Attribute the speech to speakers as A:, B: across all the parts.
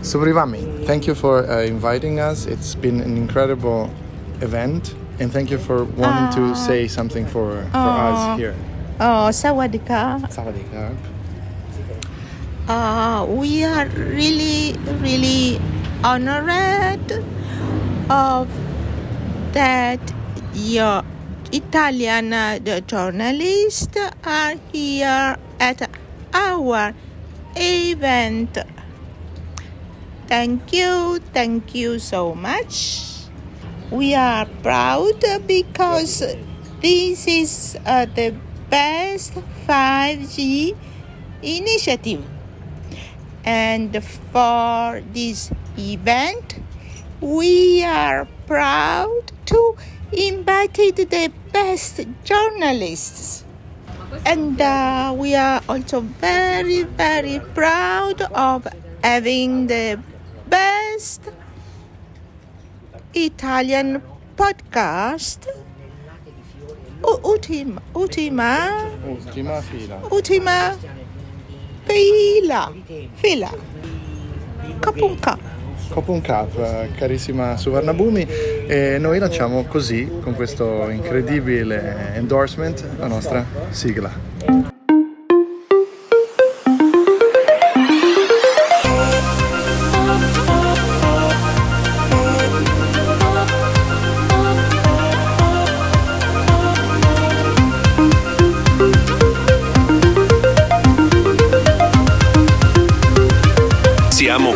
A: Subrivami, thank you for uh, inviting us. It's been an incredible event, and thank you for wanting to say something for, for
B: Aw.
A: us here.
B: Oh, Sawadika.
A: Sawadee krap.
B: Uh, we are really, really honored of that your Italian uh, the journalists are here at our event. Thank you, thank you so much. We are proud because this is uh, the best 5G initiative. And for this event, we are proud to invited the best journalists. And uh, we are also very, very proud of having the best Italian podcast, U- Ultima, Ultima,
A: Ultima fila.
B: Ultima Fila, Fila, Capunca.
A: Cop un cap, eh, carissima Suvarnabhumi, e noi lanciamo così, con questo incredibile endorsement, la nostra sigla.
C: Siamo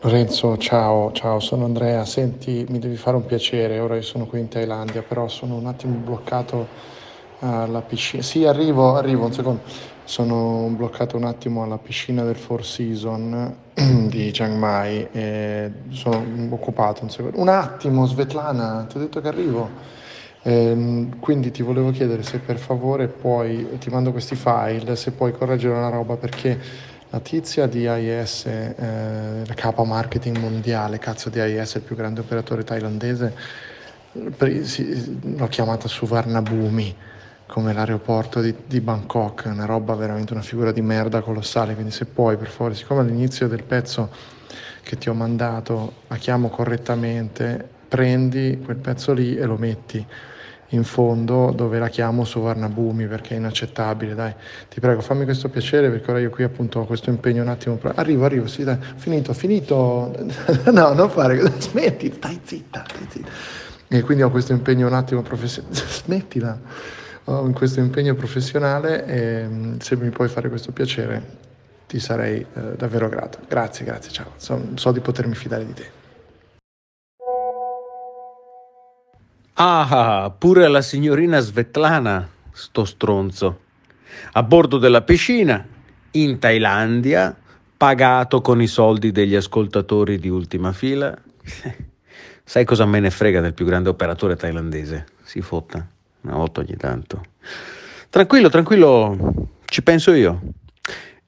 A: Lorenzo, ciao, ciao, sono Andrea, senti, mi devi fare un piacere, ora io sono qui in Thailandia, però sono un attimo bloccato alla piscina. Sì, arrivo, arrivo, un secondo. Sono bloccato un attimo alla piscina del Four Seasons di Chiang Mai e sono occupato un secondo. Un attimo, Svetlana, ti ho detto che arrivo. Ehm, quindi ti volevo chiedere se per favore puoi, ti mando questi file, se puoi correggere una roba perché la tizia di AIS, eh, la capa marketing mondiale, cazzo di AIS, il più grande operatore thailandese, pre- si- l'ho chiamata Suvarnabhumi come l'aeroporto di, di Bangkok, una roba veramente una figura di merda colossale, quindi se puoi per favore, siccome all'inizio del pezzo che ti ho mandato la chiamo correttamente, prendi quel pezzo lì e lo metti in fondo dove la chiamo Suvarnabhumi perché è inaccettabile, dai. Ti prego, fammi questo piacere perché ora io qui appunto ho questo impegno un attimo. pro- Arrivo, arrivo, sì, dai, finito, finito. No, non fare, smetti, stai zitta, stai zitta. E quindi ho questo impegno un attimo professionale. Smettila. Ho questo impegno professionale e mm, se mi puoi fare questo piacere ti sarei eh, davvero grato. Grazie, grazie, ciao. So- so di potermi fidare di te.
D: Ah, pure la signorina Svetlana, sto stronzo. A bordo della piscina, in Thailandia, pagato con i soldi degli ascoltatori di ultima fila. Sai cosa me ne frega del più grande operatore thailandese? Si fotta, una volta ogni tanto. Tranquillo, tranquillo, ci penso io.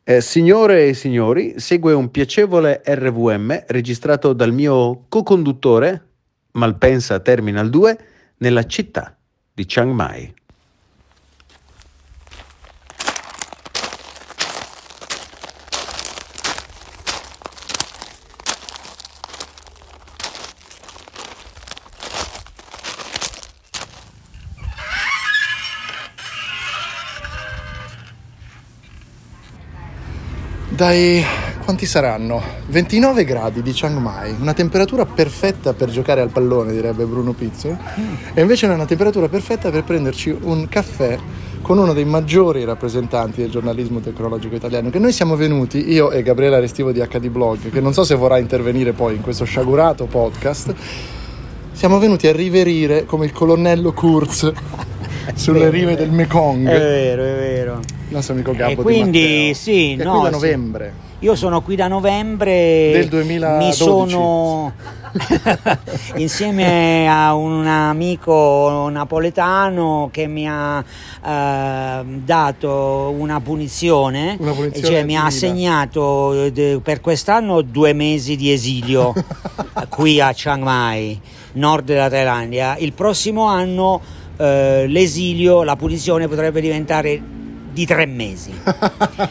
D: Eh, signore e signori, segue un piacevole RVM registrato dal mio co-conduttore, Malpensa Terminal 2, nella città di Chiang Mai.
A: Dai, quanti saranno? 29 gradi di Chiang Mai, una temperatura perfetta per giocare al pallone, direbbe Bruno Pizzo,
E: Mm.
A: e invece è una temperatura perfetta per prenderci un caffè con uno dei maggiori rappresentanti del giornalismo tecnologico italiano, che noi siamo venuti, io e Gabriele Restivo di HD Blog, che non so se vorrà intervenire poi in questo sciagurato podcast, siamo venuti a riverire come il colonnello Kurz sulle rive del Mekong.
E: È vero, è vero.
A: Il nostro amico Gabbo
E: Eh. E
A: Di
E: quindi,
A: Matteo,
E: sì,
A: che è
E: no,
A: qui da
E: sì.
A: novembre.
E: Io sono qui da novembre
A: Del 2012.
E: Mi sono insieme a un amico napoletano che mi ha eh, dato una punizione,
A: Una punizione
E: cioè mi
A: divina.
E: ha assegnato eh, de- per quest'anno due mesi di esilio qui a Chiang Mai, nord della Thailandia. Il prossimo anno eh, l'esilio, la punizione potrebbe diventare di tre mesi.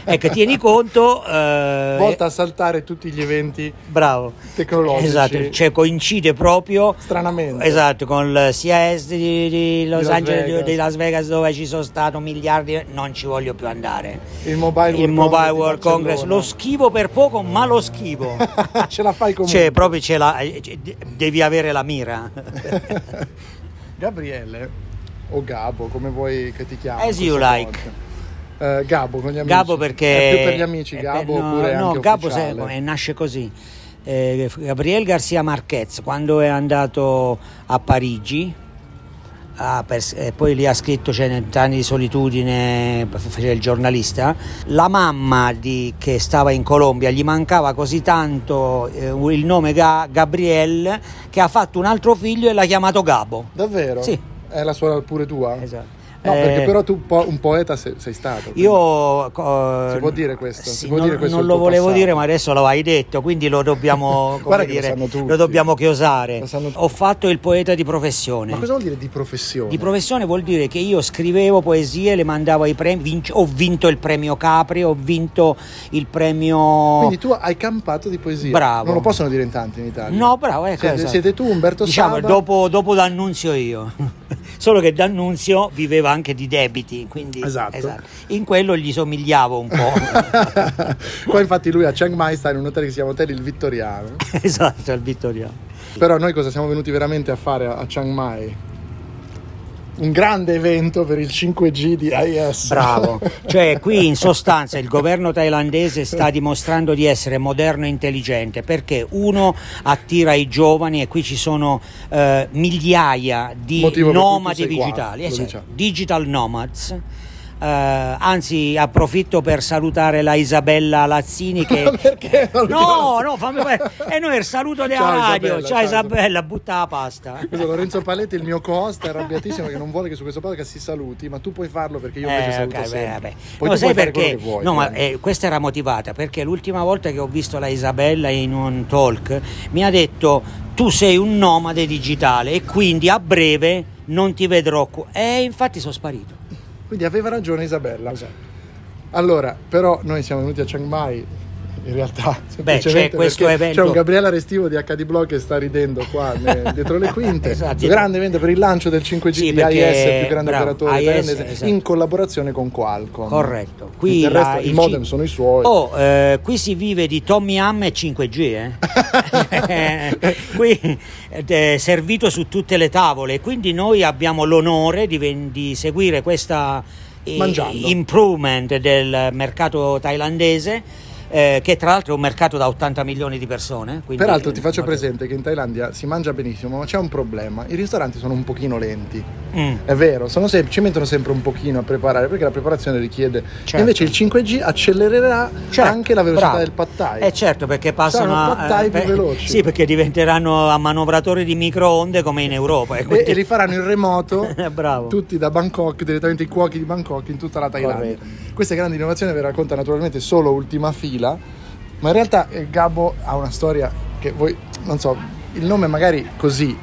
E: Ecco, tieni conto. eh,
A: Volta a saltare tutti gli eventi
E: Bravo.
A: tecnologici.
E: Esatto, cioè coincide proprio.
A: Stranamente.
E: Esatto, con il CES di, di Los
A: Las
E: Angeles, di-
A: Vegas.
E: di Las Vegas dove ci sono stato miliardi, non ci voglio più andare.
A: Il Mobile World
E: Il Mobile
A: Congress di
E: World Congress,
A: Barcellona.
E: lo schivo per poco, ma lo schivo.
A: Ce la fai comunque.
E: Cioè, proprio ce la, de- devi avere la mira.
A: Gabriele o Gabo, come vuoi che ti chiami? Eh,
E: As you like.
A: Gabo con gli amici.
E: Gabo perché
A: È più per gli amici
E: è
A: Gabo
E: per- no,
A: oppure
E: no,
A: anche
E: Gabo
A: ufficiale?
E: sai come nasce così Eh, Gabriel Garcia Marquez quando è andato a Parigi ah, per- e poi lì ha scritto Cent'anni di solitudine faceva il giornalista la mamma di- che stava in Colombia gli mancava così tanto eh, il nome Ga- Gabriel che ha fatto un altro figlio e l'ha chiamato Gabo
A: Davvero?
E: Sì.
A: È la suora pure tua?
E: Esatto.
A: No,
E: Eh,
A: perché però tu un po- un poeta se- sei, stato. quindi-
E: Io eh,
A: Si può dire questo? Si
E: sì,
A: può
E: non,
A: dire questo
E: non
A: del
E: lo
A: tuo
E: volevo
A: passato?
E: dire, ma adesso lo hai detto, quindi lo dobbiamo, come
A: Guarda che lo
E: dire,
A: sanno tutti.
E: dobbiamo chiosare.
A: Lo sanno tutti.
E: Ho fatto il poeta di professione.
A: Ma cosa vuol dire di professione?
E: Di professione vuol dire che io scrivevo poesie, le mandavo ai premi, vinc- ho vinto il premio Capri, ho vinto il premio
A: Quindi tu hai campato di poesia.
E: Bravo.
A: Non lo possono dire in tanti in Italia.
E: No, bravo, ecco,
A: Siete,
E: esatto.
A: siete tu, Umberto
E: diciamo,
A: Saba?
E: dopo, dopo D'Annunzio io. Solo che D'Annunzio viveva anche di debiti, quindi
A: Esatto.
E: in quello gli somigliavo un po'.
A: Qua infatti lui a Chiang Mai sta in un hotel che si chiama Hotel Il Vittoriano.
E: esatto, il Vittoriano.
A: Però noi cosa siamo venuti veramente a fare a a Chiang Mai? Un grande evento per il 5G di IS.
E: Bravo, cioè qui in sostanza il governo thailandese sta dimostrando di essere moderno e intelligente perché uno attira i giovani e qui ci sono eh, migliaia di
A: Motivo per cui tu
E: nomadi
A: sei qua,
E: digitali,
A: lo
E: eh, sì,
A: diciamo.
E: digital nomads. Eh, anzi approfitto per salutare la Isabella Lazzini che
A: Ma perché? Non
E: no
A: ricordo.
E: no fammi e noi il saluto della
A: Ciao
E: radio
A: Isabella,
E: ciao
A: ciao Isabella.
E: Isabella butta la pasta
A: Questo è Lorenzo Paletti, il mio co-host, è arrabbiatissimo che non vuole che su questo podcast si saluti, ma tu puoi farlo perché io invece
E: Eh,
A: saluto
E: ok,
A: sempre.
E: beh, vabbè.
A: Poi
E: No,
A: tu puoi
E: sai
A: fare
E: perché?
A: quello che vuoi.
E: no, ma
A: quindi.
E: eh, questa era motivata perché l'ultima volta che ho visto la Isabella in un talk mi ha detto tu sei un nomade digitale e quindi a breve non ti vedrò qui. E infatti sono sparito.
A: Quindi aveva ragione Isabella. Allora, però noi siamo venuti a Chiang Mai in realtà semplicemente
E: c'è questo
A: perché
E: evento.
A: c'è un Gabriele Restivo di HD Blog che sta ridendo qua ne- dietro le quinte
E: Esatto,
A: Un
E: dietro-
A: grande evento per il lancio del 5G
E: Sì,
A: di
E: perché-
A: IS il più grande
E: bravo,
A: operatore
E: IS,
A: thailandese
E: esatto.
A: in collaborazione con Qualcomm
E: Corretto. Qui
A: Del
E: la-
A: resto i
E: il
A: modem
E: ci-
A: sono i suoi
E: Oh, eh, qui si vive di Tommy Ham e 5G, eh? qui ed è servito su tutte le tavole, quindi noi abbiamo l'onore di, ven- di seguire questa eh,
A: Mangiando.
E: improvement del mercato thailandese, eh, che tra l'altro è un mercato da 80 milioni di persone. quindi-
A: Peraltro ti faccio
E: Mm.
A: presente che in Thailandia si mangia benissimo, ma c'è un problema. I ristoranti sono un pochino lenti.
E: Mm.
A: È vero, sono sem- ci mettono sempre un pochino a preparare perché la preparazione richiede.
E: Certo.
A: Invece il 5G accelererà
E: Certo,
A: anche la velocità
E: bravo.
A: del pad thai.
E: Eh certo, perché passano
A: Saranno
E: a-
A: pad thai
E: eh,
A: più
E: beh,
A: veloci.
E: Sì, perché diventeranno a manovratori di microonde come in Europa. e
A: e,
E: quindi-
A: e li faranno in remoto
E: Eh, bravo.
A: tutti da Bangkok, direttamente i cuochi di Bangkok in tutta la Thailandia. Questa grande innovazione ve la racconta naturalmente solo ultima fila, ma in realtà eh, Gabbo ha una storia che voi, non so, il nome magari così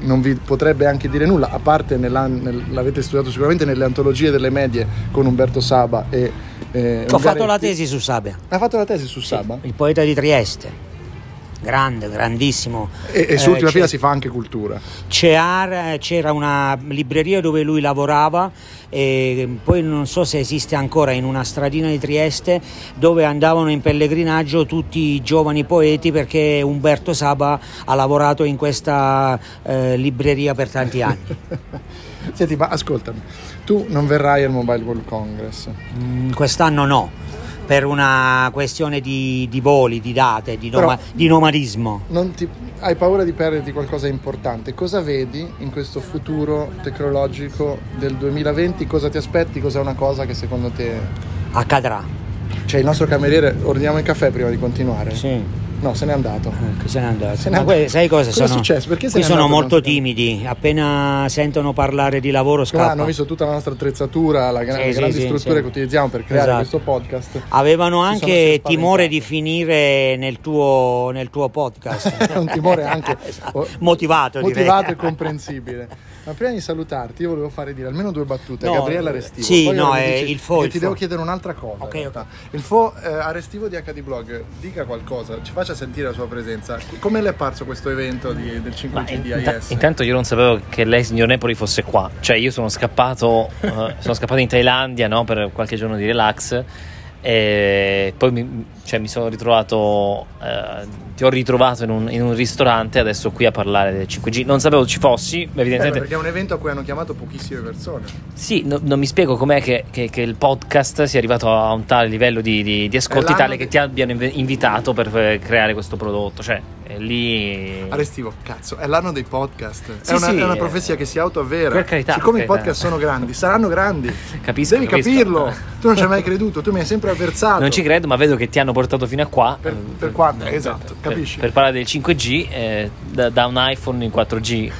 A: non vi potrebbe anche dire nulla, a parte nella- nel- l'avete studiato sicuramente nelle antologie delle medie con Umberto Saba e... eh,
E: Ho fatto
A: Ungaretti.
E: la tesi Eh, su Sabia.
A: Hai fatto la tesi su Saba?
E: il poeta di Trieste. Grande, grandissimo.
A: E, e su
E: Eh,
A: ultima
E: c'è-
A: fila si fa anche cultura.
E: Cear, c'era una libreria dove lui lavorava e poi non so se esiste ancora in una stradina di Trieste dove andavano in pellegrinaggio tutti i giovani poeti perché Umberto Saba ha lavorato in questa eh, libreria per tanti anni.
A: Senti, ma ascoltami, tu non verrai al Mobile World Congress.
E: Mm, quest'anno no. per una questione di, di voli, di date, di,
A: Però-
E: noma- di nomadismo.
A: Non ti- hai paura di perderti qualcosa di importante. Cosa vedi in questo futuro tecnologico del 2020? Cosa ti aspetti? Cos'è una cosa che secondo te...
E: Accadrà.
A: Cioè il nostro cameriere, ordiniamo il caffè prima di continuare? No, se n'è andato.
E: Ecco, se n'è andato.
A: Se n'è
E: Ma
A: andato.
E: que- sai cosa,
A: Cosa è
E: sono?
A: successo? Perché se
E: qui
A: n'è
E: sono
A: andato
E: molto
A: tanto?
E: timidi, appena sentono parlare di lavoro
A: Qua
E: scappano.
A: hanno visto tutta la nostra attrezzatura, la gra-
E: Sì,
A: le
E: sì,
A: grandi
E: sì,
A: strutture
E: sì.
A: che utilizziamo per creare
E: Esatto.
A: questo podcast.
E: Avevano
A: Si sono
E: anche
A: spaventati.
E: timore di finire nel tuo, nel tuo podcast.
A: È un timore anche
E: Esatto. motivato, direi.
A: motivato e comprensibile. Ma prima di salutarti, io volevo fare dire almeno due battute a
E: No, eh,
A: Gabriella Restivo.
E: sì,
A: Poi
E: no,
A: ora mi
E: è
A: dici-
E: il fo,
A: Io
E: il
A: ti
E: fo.
A: devo chiedere un'altra cosa.
E: Ok,
A: in
E: ok.
A: realtà. Il fo eh, a Restivo di HD Blog, dica qualcosa, ci faccia sentire la sua presenza. Come le è parso questo evento di- del 5G di
F: Inta-
A: IS?
F: intanto io non sapevo che lei, signor Nepoli, fosse qua. Cioè, io sono scappato, eh, sono scappato in Thailandia no, per qualche giorno di relax. E poi mi, cioè, mi sono ritrovato, eh, ti ho ritrovato in un, in un ristorante, adesso qui a parlare del 5G. Non sapevo ci fossi, ma
A: Eh, beh,
F: evidentemente.
A: perché è un evento a cui hanno chiamato pochissime persone.
F: Sì, no- non mi spiego com'è che, che- che il podcast sia arrivato a un tale livello di, di- di
A: È
F: ascolti,
A: l'anno
F: tale
A: di-
F: che ti abbiano inve- invitato per eh, creare questo prodotto. Cioè, è lì.
A: A Restivo, cazzo, è l'anno dei podcast.
F: Sì,
A: è, una,
F: sì,
A: è una
F: eh.
A: profezia che si autoavvera.
F: Per carità,
A: Siccome
F: per
A: i
F: carità.
A: podcast sono grandi, saranno grandi.
F: Capisco,
A: Devi
F: capisco.
A: capirlo. Tu non ci hai mai creduto, tu mi hai sempre avversato.
F: Non ci credo, ma vedo che ti hanno portato fino a qua.
A: Per-
F: Eh,
A: per quanto? Esatto,
F: per-
A: capisci?
F: Per parlare del 5G, eh, da, da un iPhone in Eh, 4G.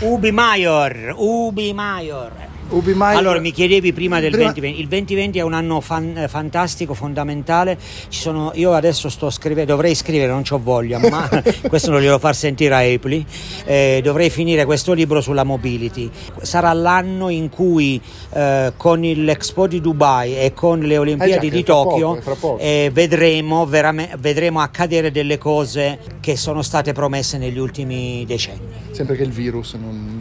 E: Ubi Maior, Ubi Maior.
A: Ubi Maior-
E: Allora, mi chiedevi prima del
A: Prima-
E: 2020. Il 2020 è un anno fan- eh, fantastico, fondamentale. Ci sono- io adesso sto scrivendo, dovrei scrivere, non ho voglia, ma questo non glielo far sentire a Apple. Eh, dovrei finire questo libro sulla mobility. Sarà l'anno in cui eh, con l'Expo di Dubai e con le Olimpiadi
A: Eh che
E: di
A: è fra poco,
E: Tokyo
A: è fra poco.
E: eh, vedremo, verame- vedremo accadere delle cose che sono state promesse negli ultimi decenni.
A: Sempre che il virus non.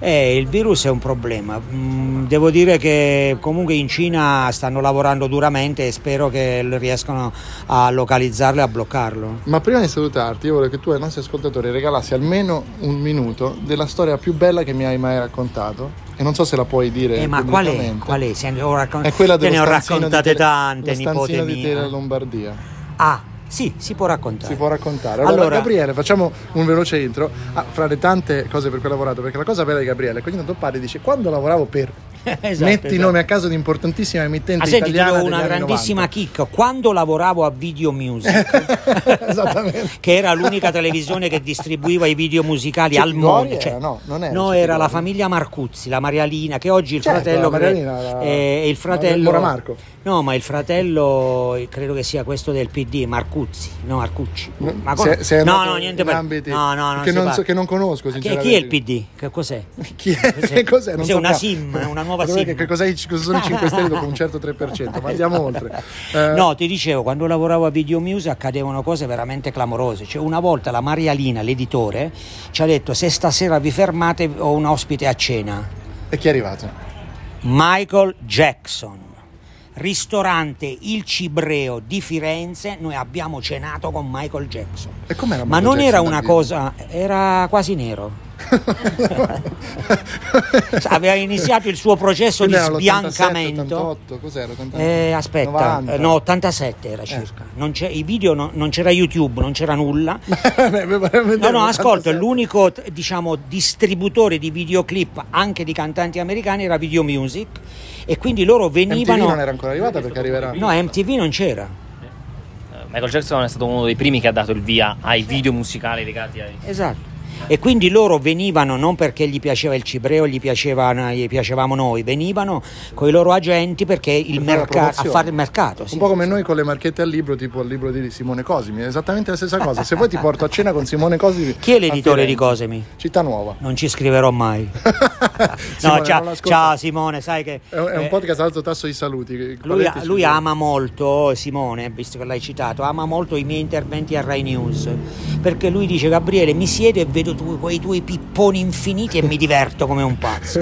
E: Eh, il virus è un problema. Mm, Devo dire che comunque in Cina stanno lavorando duramente e spero che l- riescano a localizzarlo e a bloccarlo.
A: Ma prima di salutarti, io volevo che tu ai nostri ascoltatori regalassi almeno un minuto della storia più bella che mi hai mai raccontato. E non so se la puoi dire.
E: Eh, ma qual è?
A: pubblicamente.
E: Qual è? Se ne ho raccon-
A: È quella
E: te
A: dello
E: ne ho
A: stanzino di
E: raccontate
A: Tele-
E: tante,
A: lo stanzino
E: nipote
A: di
E: mia.
A: Tele Lombardia.
E: Ah, sì, si può raccontare.
A: Si può raccontare. Allora,
E: Allora-
A: Gabriele, facciamo un veloce intro ah, fra le tante cose per cui ho lavorato, perché la cosa bella di Gabriele è che ogni tanto parli e dice quando lavoravo per
E: Esatto,
A: metti
E: esatto.
A: nome a caso di importantissima emittente
E: Ah, senti, ti
A: italiana
E: do
A: degli
E: una
A: anni
E: grandissima
A: 90.
E: chicca. Quando lavoravo a Video Music,
A: Esattamente.
E: che era l'unica televisione che distribuiva i video musicali
A: Cioè,
E: al
A: Pigori
E: mondo,
A: era, no, non era
E: no,
A: Cicigori.
E: era la famiglia Marcuzzi, la Marialina, che oggi il
A: Certo,
E: fratello
A: la Marialina,
E: cre-
A: la-
E: eh, il
A: la-
E: fratello
A: Mora Marco.
E: No, ma il fratello eh, credo che sia questo del PD, Marcuzzi, no, Marcucci.
A: No,
E: Ma
A: Eh, se-
E: come-
A: se è
E: no,
A: andato
E: no, niente
A: in
E: per
A: ambiti
E: no, no,
A: che
E: si
A: non so-
E: parla.
A: che non conosco,
E: Chi- Chi è
A: sinceramente.
E: il PD? Che cos'è?
A: Chi è?
E: Cos'è?
A: Cos'è? Non
E: Cos'è,
A: so
E: una
A: qua.
E: SIM, una nuova
A: Guarda
E: SIM.
A: Che cosa, hai- cosa sono i 5 Stelle dopo un certo 3%? Ma andiamo oltre. Eh,
E: No, ti dicevo, quando lavoravo a Video News accadevano cose veramente clamorose. Cioè, una volta la Marialina, l'editore, ci ha detto: Se stasera vi fermate, ho un ospite a cena.
A: E chi è arrivato?
E: Michael Jackson, ristorante Il Cibreo di Firenze. Noi abbiamo cenato con Michael Jackson.
A: E com'era
E: Ma
A: Michael
E: non era
A: Jackson da
E: una
A: vivo?
E: cosa, era quasi nero. Aveva iniziato il suo processo
A: Quindi
E: Cioè, di
A: era l'87,
E: sbiancamento.
A: 88, cos'era? 89?
E: Eh, aspetta,
A: 90.
E: eh, no, 87
A: Eh.
E: era circa. Non c'è- I video no- non c'era YouTube, non c'era nulla.
A: Beh, veramente
E: No,
A: 87.
E: no, ascolta, l'unico t- diciamo, distributore di videoclip anche di cantanti americani era Video Music e quindi loro
A: MTV
E: venivano...
A: non era ancora arrivata perché arriverà.
E: No, eh, MTV non c'era.
F: Eh, Michael Jackson è stato uno dei primi che ha dato il via ai video musicali legati ai.
E: Esatto. E quindi loro venivano non perché gli piaceva il cibreo, gli, piacevano- gli piacevamo noi, venivano con i loro agenti perché
A: Per
E: il
A: fare la
E: merca- a
A: promozione.
E: fare il mercato. sì.
A: Un po' come noi con le marchette al libro, tipo il libro di Simone Cosimi, è esattamente la stessa cosa. Se poi ti porto a cena con Simone Cosimi.
E: Chi è l'editore
A: a Firenze,
E: di Cosimi?
A: Città Nuova.
E: Non ci scriverò mai.
A: Simone,
E: no, ciao,
A: non l'ascolta.
E: ciao Simone, sai che...
A: È è un
E: eh,
A: podcast ad alto tasso di saluti.
E: Lui,
A: Parentesi.
E: lui ama molto, Simone, visto che l'hai citato, ama molto i miei interventi a Rai News perché lui dice: Gabriele, mi siedo e vedo tu- quei tuoi pipponi infiniti e mi diverto come un pazzo.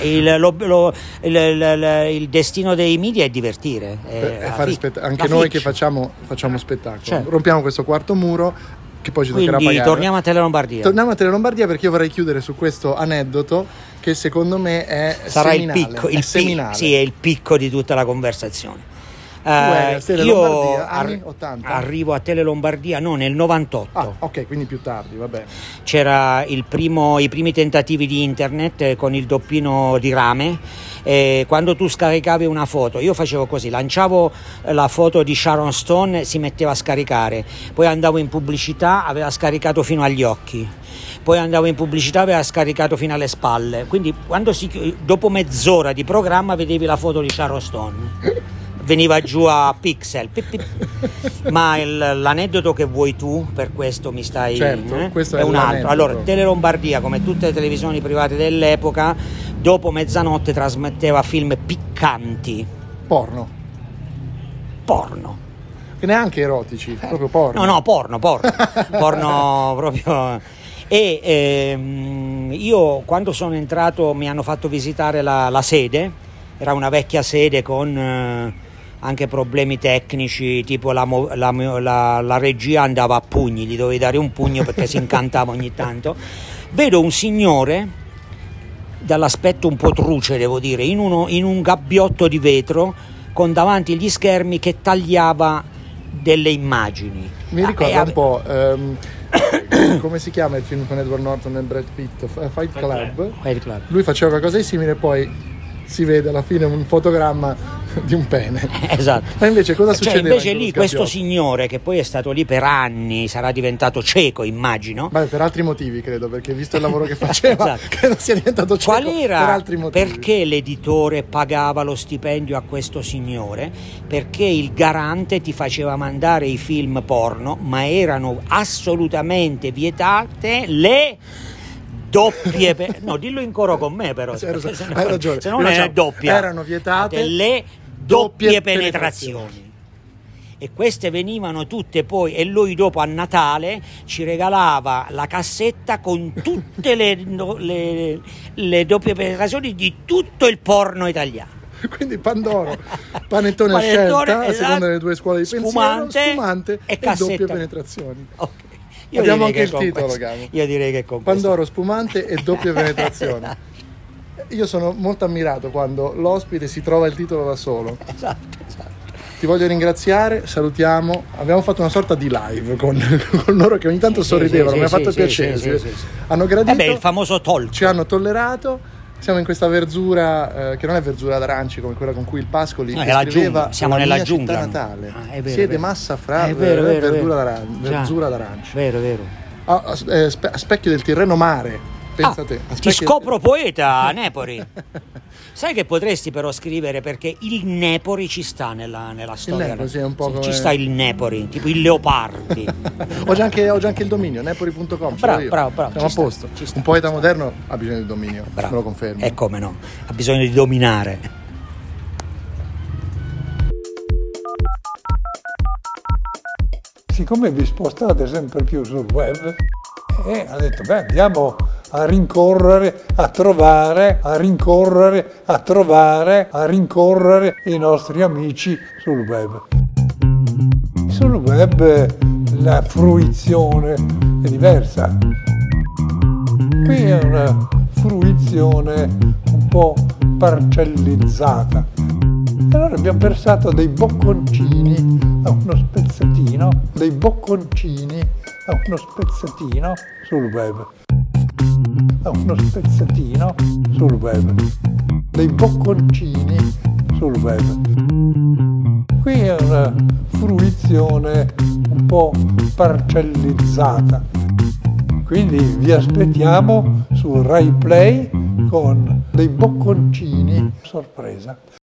E: Eh, il, lo- lo- il- il- il- il destino dei media è divertire, è
A: Eh, è
E: la
A: fare
E: fic-
A: spetta-
E: la
A: anche noi che
E: fiction.
A: facciamo, facciamo spettacolo.
E: Certo.
A: Rompiamo questo quarto muro. Che poi ci toccherà
E: Quindi
A: pagare.
E: torniamo a Tele Lombardia.
A: Torniamo a Tele Lombardia perché io vorrei chiudere su questo aneddoto che secondo me è
E: Sarà il
A: seminale,
E: picco,
A: è
E: il, pi-
A: seminale.
E: sì, è il picco di tutta la conversazione. Eh,
A: Uè, Tele
E: io
A: Lombardia, anni 80?
E: arrivo a Tele Lombardia, no, nel 98.
A: Ah, ok, quindi più tardi, va bene.
E: C'era il primo- i primi tentativi di internet eh, con il doppino di rame. E quando tu scaricavi una foto, io facevo così: lanciavo eh, la foto di Sharon Stone, si metteva a scaricare, poi andavo in pubblicità, aveva scaricato fino agli occhi, poi andavo in pubblicità, aveva scaricato fino alle spalle. Quindi, quando si chi- dopo mezz'ora di programma, vedevi la foto di Sharon Stone. Veniva giù a pixel, pip, pip. ma il- l'aneddoto che vuoi tu, per questo mi stai
A: Certo,
E: eh?
A: questo
E: è
A: è
E: un altro.
A: l'aneddoto.
E: Allora, Tele Lombardia, come tutte le televisioni private dell'epoca, dopo mezzanotte trasmetteva film piccanti,
A: Porno.
E: porno.
A: Che neanche erotici, proprio porno.
E: Eh. No, no, porno, porno, porno proprio. E ehm, io quando sono entrato mi hanno fatto visitare la, la sede, era una vecchia sede con eh, anche problemi tecnici, tipo la, mo- la mo- la- la regia andava a pugni, gli dovevi dare un pugno perché si incantava ogni tanto. Vedo un signore dall'aspetto un po' truce, devo dire, in, uno- in un gabbiotto di vetro con davanti gli schermi che tagliava delle immagini.
A: Mi
E: Ah,
A: ricorda
E: e
A: un
E: ave-
A: po'. ehm, come si chiama il film con Edward Norton e Brad Pitt? F- eh, Fight Club.
E: Fight Club.
A: Lui faceva qualcosa di simile, poi si vede alla fine un fotogramma di un pene.
E: Esatto.
A: Ma invece cosa
E: Cioè,
A: succede?
E: invece lì questo signore che poi è stato lì per anni, sarà diventato cieco, immagino.
A: Beh, per altri motivi credo, perché visto il lavoro che faceva,
E: Esatto.
A: credo sia diventato cieco
E: Qual era
A: per altri motivi.
E: perché l'editore pagava lo stipendio a questo signore? Perché il garante ti faceva mandare i film porno, ma erano assolutamente vietate le doppie pe- no dillo in coro con me però
A: Sì, hai ragione,
E: se no-
A: hai ragione.
E: se no
A: Lo
E: non è
A: facciamo.
E: doppia
A: Erano vietate
E: le
A: doppie
E: doppie
A: penetrazioni.
E: penetrazioni e queste venivano tutte poi e lui dopo a Natale ci regalava la cassetta con tutte le, no- le- le doppie penetrazioni di tutto il porno italiano.
A: Quindi Pandoro, panettone, a
E: Panettone,
A: scelta, a
E: esatto.
A: seconda delle due scuole di
E: Spumante
A: pensiero, spumante
E: e
A: e, doppie
E: cassetta.
A: penetrazioni.
E: Ok.
A: Abbiamo
E: direi
A: anche
E: che
A: il
E: con
A: titolo,
E: questo-
A: Gabo.
E: Io direi che con questo-
A: Pandoro, spumante e doppie penetrazioni. Io sono molto ammirato quando l'ospite si trova il titolo da solo.
E: Esatto, esatto.
A: Ti voglio ringraziare, salutiamo. Abbiamo fatto una sorta di live con, con loro che ogni tanto
E: Sì,
A: sorridevano,
E: sì,
A: mi ha
E: sì,
A: fatto
E: sì,
A: piacere.
E: sì, sì, sì, sì.
A: Hanno gradito,
E: Vabbè, il famoso talk.
A: ci hanno tollerato. Siamo in questa verzura, eh, che non è verzura d'aranci come quella con cui il Pascoli
E: No, è Eh, la
A: descriveva
E: giungla, siamo
A: la
E: nella
A: mia
E: giungla.
A: città natale.
E: Ah, è vero,
A: Siede
E: vero.
A: massa fra
E: È vero,
A: eh,
E: vero,
A: verdura,
E: vero.
A: d'aran-
E: Già.
A: verzura d'arancia.
E: Vero, vero.
A: Ah, a- eh, spe- a specchio del Tirreno Mare, pensa
E: Ah,
A: te. a
E: ti
A: specchio-
E: scopro poeta, Nepori. Sai che potresti però scrivere perché il Nepori ci sta nella, nella storia.
A: Nepori, sì, è un po'
E: Sì,
A: come-
E: Ci sta il Nepori, tipo il Leopardi.
A: Ho già, anche, ho già anche il dominio, nepori.com. ce l'ho
E: Bravo,
A: io.
E: bravo, bravo,
A: Siamo
E: ci
A: a
E: sta,
A: posto.
E: ci sta,
A: Un poeta moderno ha bisogno del dominio,
E: Bravo. Ecco,
A: me lo confermo.
E: E come no? Ha bisogno di dominare.
G: siccome vi spostate sempre più sul web, eh, ha detto, beh, andiamo a rincorrere, a trovare, a rincorrere, a trovare, a rincorrere i nostri amici sul web. Sul web eh, la fruizione è diversa. Qui è una fruizione un po' parcellizzata. E allora abbiamo versato dei bocconcini a uno spezzatino, dei bocconcini a uno spezzatino sul web. A uno spezzatino sul web. Dei bocconcini sul web. Qui è una fruizione un po' parcellizzata. Quindi vi aspettiamo su Rai Play con dei bocconcini sorpresa.